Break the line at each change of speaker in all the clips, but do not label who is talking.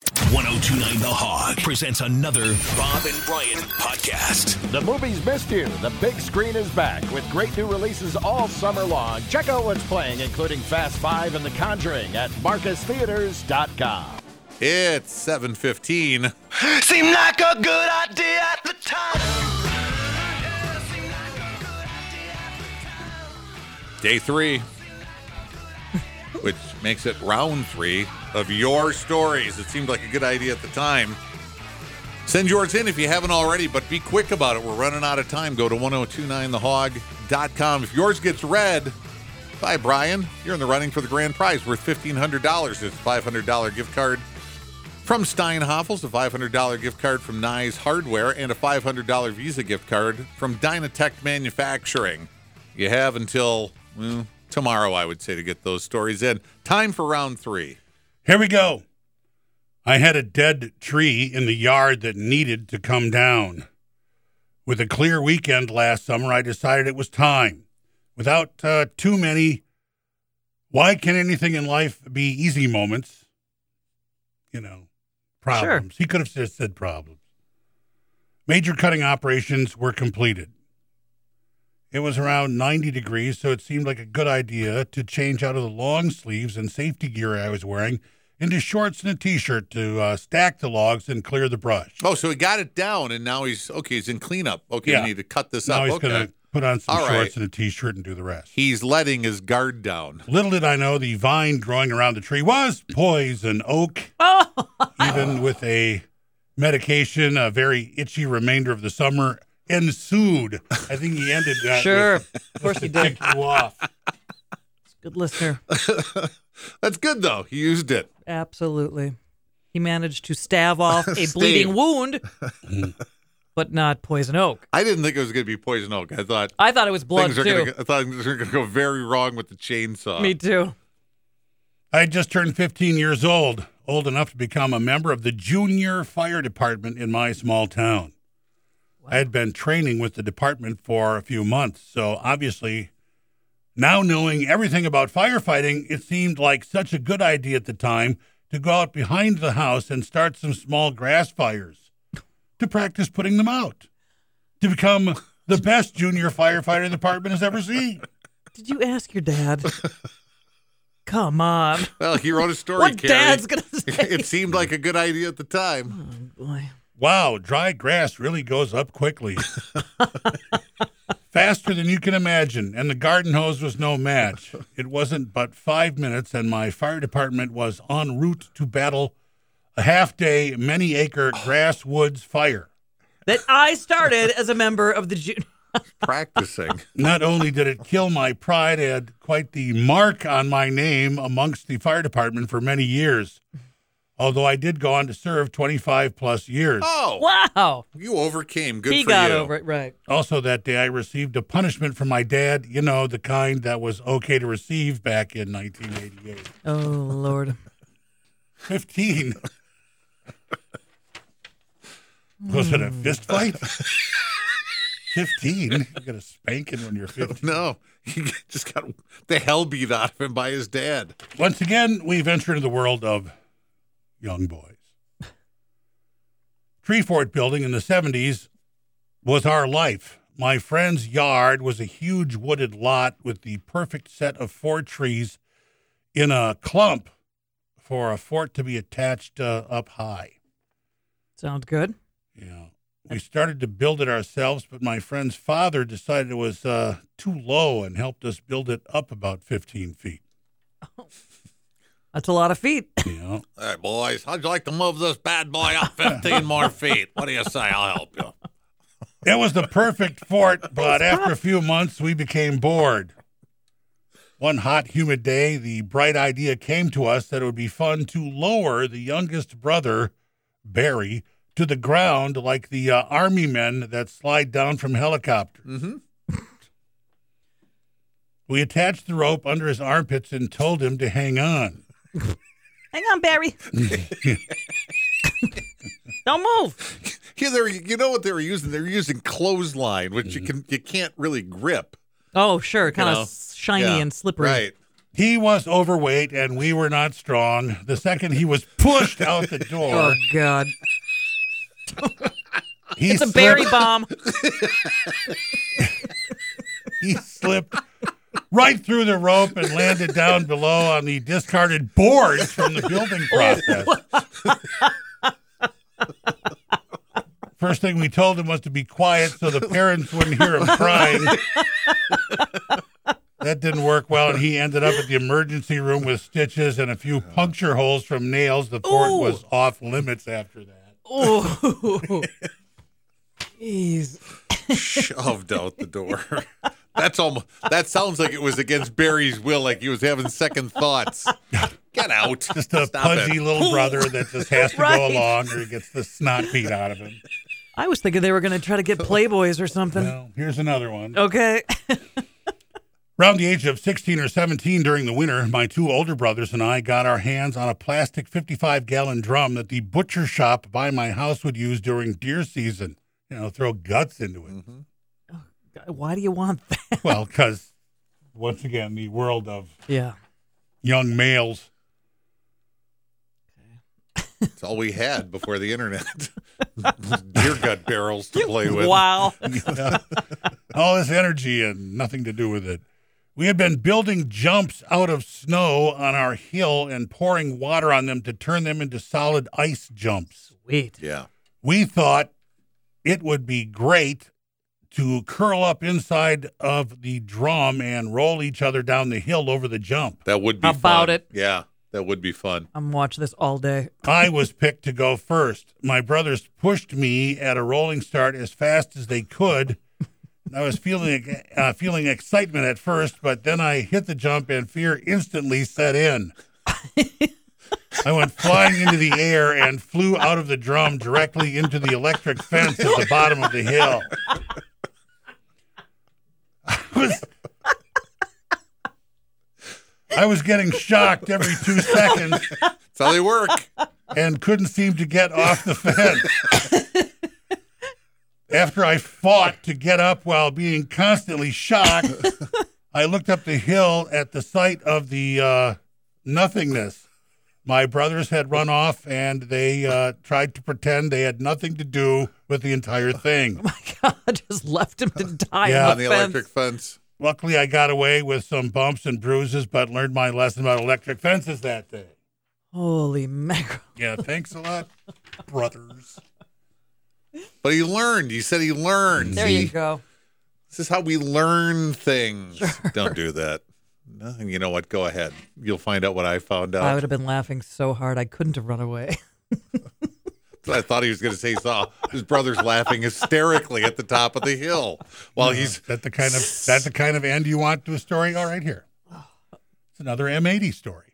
1029 The Hog presents another Bob and Brian podcast.
The movies missed you. The big screen is back with great new releases all summer long. Check out what's playing, including Fast Five and The Conjuring at MarcusTheaters.com.
It's 7:15.
Seemed like a good idea at the time.
Day three, which makes it round three of your stories. It seemed like a good idea at the time. Send yours in if you haven't already, but be quick about it. We're running out of time. Go to 1029thehog.com. If yours gets read, bye, Brian. You're in the running for the grand prize worth $1,500. It's a $500 gift card from Steinhoffels, a $500 gift card from Nye's Hardware, and a $500 Visa gift card from Dynatech Manufacturing. You have until well, tomorrow, I would say, to get those stories in. Time for round three.
Here we go. I had a dead tree in the yard that needed to come down. With a clear weekend last summer, I decided it was time. Without uh, too many, why can anything in life be easy moments? You know, problems. He could have just said problems. Major cutting operations were completed. It was around 90 degrees, so it seemed like a good idea to change out of the long sleeves and safety gear I was wearing into shorts and a t shirt to uh, stack the logs and clear the brush.
Oh, so he got it down, and now he's okay. He's in cleanup. Okay,
Yeah.
we need to cut this
now
up.
he's
okay,
going to put on some
All
shorts
right.
and a t shirt and do the rest.
he's letting his guard down.
Little did I know the vine growing around the tree was poison oak. Even with a medication, a very itchy remainder of the summer ensued. I think he ended that.
Sure.
With, of course he did. You off.
Good listener.
That's good though. He used it.
Absolutely. He managed to stave off a
Stave.
bleeding wound, but not poison oak.
I didn't think it was going to be poison oak. I thought
I thought it was blood
things are uh,
too.
going to. I thought things were going to go very wrong with the chainsaw.
Me too.
I had just turned 15 years old, old enough to become a member of the junior fire department in my small town. I had been training with the department for a few months, so obviously, now knowing everything about firefighting, it seemed like such a good idea at the time to go out behind the house and start some small grass fires to practice putting them out, to become the best junior firefighter the department has ever seen.
Did you ask your dad? Come on.
Well, he wrote a story.
what
Carrie.
dad's going to say?
it seemed like a good idea at the time.
Boy.
Wow, dry grass really goes up quickly. Faster than you can imagine, and the garden hose was no match. It wasn't but five minutes, and my fire department was en route to battle a half day, many acre grass woods fire.
That I started as a member of the junior.
Practicing.
Not only did it kill my pride, it had quite the mark on my name amongst the fire department for many years. Although I did go on to serve 25 plus years.
Oh,
Wow.
you overcame. Good
he
for
got
you.
over it. Right.
Also, that day I received a punishment from my dad, you know, the kind that was okay to receive back in 1988.
Oh, Lord.
15. Was it a fist fight? 15? You get a spanking when you're 15.
No, he just got the hell beat out of him by his dad.
Once again, we venture into the world of young boys. Treefort building in the 70s was our life. My friend's yard was a huge wooded lot with the perfect set of four trees in a clump for a fort to be attached uh, up high.
Sounds good.
Yeah. We started to build it ourselves, but my friend's father decided it was uh, too low and helped us build it up about 15 feet.
That's a lot of feet.
You know?
All right, boys, how'd you like to move this bad boy up 15 more feet? What do you say? I'll help you.
It was the perfect fort, but after a few months, we became bored. One hot, humid day, the bright idea came to us that it would be fun to lower the youngest brother, Barry, to the ground like the uh, army men that slide down from helicopters.
Mm-hmm.
Mhm.
we attached the rope under his armpits and told him to hang on.
Hang on, Barry. Don't move.
Yeah, they were, you know what they were using? They were using
Mm.
clothesline, which you can you can't really grip.
Oh, sure.
you
Kind of
know?
shiny
Yeah,
and slippery.
Right.
He was overweight and we were not strong. The second he was pushed out the door,
Oh God.
he
It's a
slipped-
berry bomb.
he slipped right through the rope and landed down below on the discarded boards from the building
Oh,
process. First thing we told him was to be quiet so the parents wouldn't hear him crying. That didn't work well, and he ended up at the emergency room with stitches and a few puncture holes from nails. The fort
Ooh.
was off limits after that.
Oh. Jeez.
shoved out the door. That's almost. That sounds like it was against Barry's will, like he was having second thoughts. Get out!
Just a
Stop
pudgy
it.
little brother that just has to go
Right.
along or he gets the snot beat out of him.
I was thinking they were going to try to get Playboys or something.
Well, here's another one.
Okay.
Around the age of 16 or 17 during the winter, my two older brothers and I got our hands on a plastic 55 gallon drum that the butcher shop by my house would use during deer season. You know, throw guts into it.
Why do you want that?
Well, because once again, the world of
Yeah.
young males.
It's all we had before the internet. Deer gut barrels to play with.
Wow.
all this energy and nothing to do with it. We had been building jumps out of snow on our hill and pouring water on them to turn them into solid ice jumps.
Wait.
Yeah.
we thought it would be great to curl up inside of the drum and roll each other down the hill over the jump.
That would be
How about
fun.
it?
Yeah, that would be fun.
I'm watching this all day.
I was picked to go first. My brothers pushed me at a rolling start as fast as they could. I was feeling uh, feeling excitement at first, but then I hit the jump and fear instantly set in. I went flying into the air and flew out of the drum directly into the electric fence at the bottom of the hill. I was, I was getting shocked every two seconds
That's how they work.
and couldn't seem to get off the fence. After I fought to get up while being constantly shocked, I looked up the hill at the sight of the uh, nothingness. My brothers had run off and they uh, tried to pretend they had nothing to do with the entire thing.
My God, just left him to die
Yeah,
on
on
the,
the
fence.
electric fence.
Luckily, I got away with some bumps and bruises, but learned my lesson about electric fences that day.
Holy mackerel!
Yeah, thanks a lot, brothers.
But he learned. He said he learned.
There
See?
you go.
This is how we learn things. Don't do that. No, and you know what? Go ahead. You'll find out what I found out.
I would have been laughing so hard I couldn't have run away.
I thought he was going to say he saw his brother's laughing hysterically at the top of the hill while he's
Is that the kind of that the kind of end you want to a story? All right, here. It's another M80 story.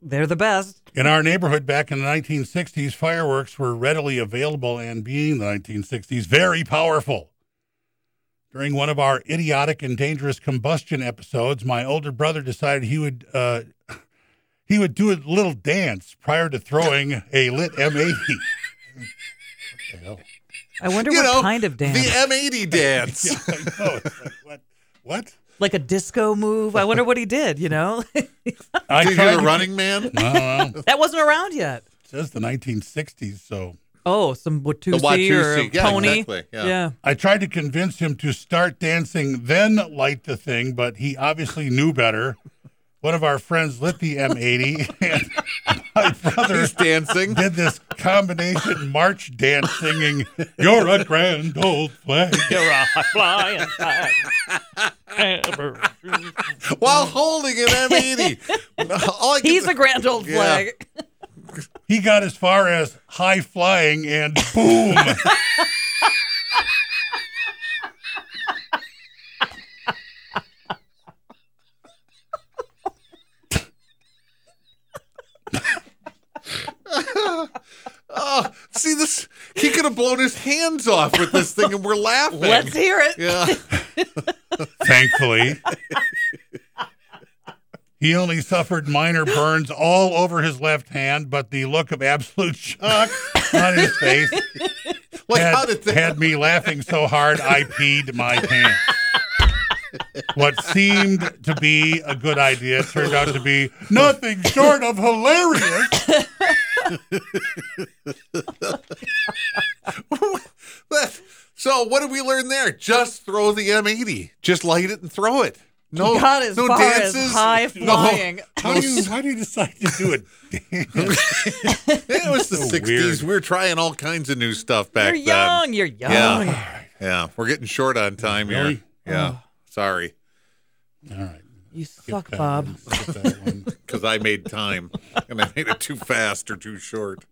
They're the best.
In our neighborhood back in the 1960s, fireworks were readily available and being the 1960s, very powerful. During one of our idiotic and dangerous combustion episodes, my older brother decided he would uh, he would do a little dance prior to throwing a lit M80. What the hell?
I wonder
you
what
know
kind of dance.
the M80 dance.
Yeah, I know. It's like, what? What?
like a disco move. I wonder what he did, you know?
I
Did you
tried
hear the
to-
running man?
I don't know.
that wasn't around yet.
says the 1960s. So
Oh, some Watusi, or a
Watusi. Yeah,
pony.
exactly. Yeah.
I tried to convince him to start dancing, then light the thing, but he obviously knew better. One of our friends lit the M80, and my brother
He's dancing.
did this combination march dance singing, You're a grand old flag.
Flying high.
while holding an M80. All I can-
He's a grand old
Yeah.
flag.
He got as far as high flying, and boom.
oh, see this. He could have blown his hands off with this thing, and we're laughing.
Let's hear it.
yeah,
Thankfully, he only suffered minor burns all over his left hand, but the look of absolute shock on his face
like
had,
how did that?
had me laughing so hard I peed my pants. What seemed to be a good idea turned out to be nothing short of hilarious.
That- so what did we learn there? Just throw the M80. Just light it and throw it. No,
got as
Oh, no
far
dances.
as high
No.
flying.
How do you how do you decide to do it?
It was the
So
60s.
weird.
We were trying all kinds of new stuff back
You're
then.
young. Oh, You're young.
Yeah. Yeah. We're getting short on time here.
Oh, Really? Oh.
Yeah. Sorry.
All right.
You suck,
that
Bob.
one. Skip that one.
Because I made time and I made it too fast or too short.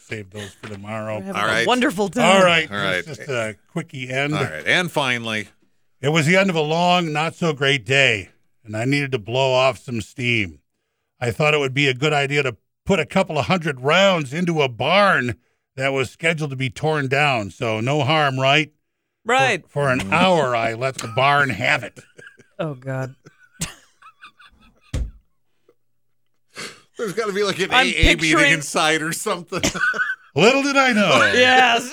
Save those for tomorrow.
Have
All
a
right.
Wonderful day.
All right.
All right.
It's Just a quickie end.
All right. And finally,
It was the end of a long, not so great day, and I needed to blow off some steam. I thought it would be a good idea to put a couple of hundred rounds into a barn that was scheduled to be torn down, so no harm, right?
Right.
For an hour, I let the barn have it.
Oh God.
there's got to be like an
I'm
AA meeting
picturing-
inside or something.
Little did I know
Yes.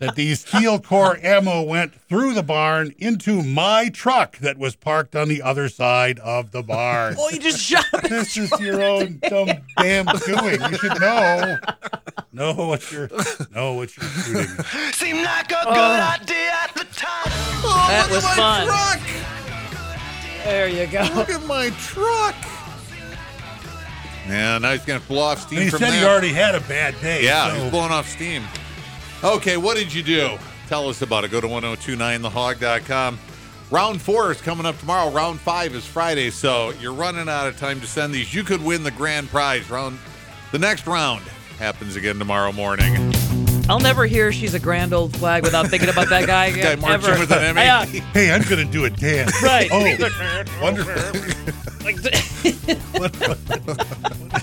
that the steel core ammo went through the barn into my truck that was parked on the other side of the barn.
oh, you just shot me.
This is your own dumb damn doing. You should know. Know what you're know what you're shooting.
Seemed like a
Uh.
good idea at the time.
Oh,
That was fun.
Truck.
There you go.
Look at my truck. Yeah, now he's going to blow off steam
And he
from
said
that.
he already had a bad day.
Yeah,
so-
he's blowing off steam. Okay, what did you do? Tell us about it. Go to 1029thehog.com. Round four is coming up tomorrow. Round five is Friday, so you're running out of time to send these. You could win the grand prize. Round the next round happens again tomorrow morning.
I'll never hear she's a grand old flag without thinking about that guy
Guy
again.
marching
ever.
with an E.
Yeah.
M80.
hey, I'm gonna do a dance.
Right.
Oh, wonderful.
Like,
What- what-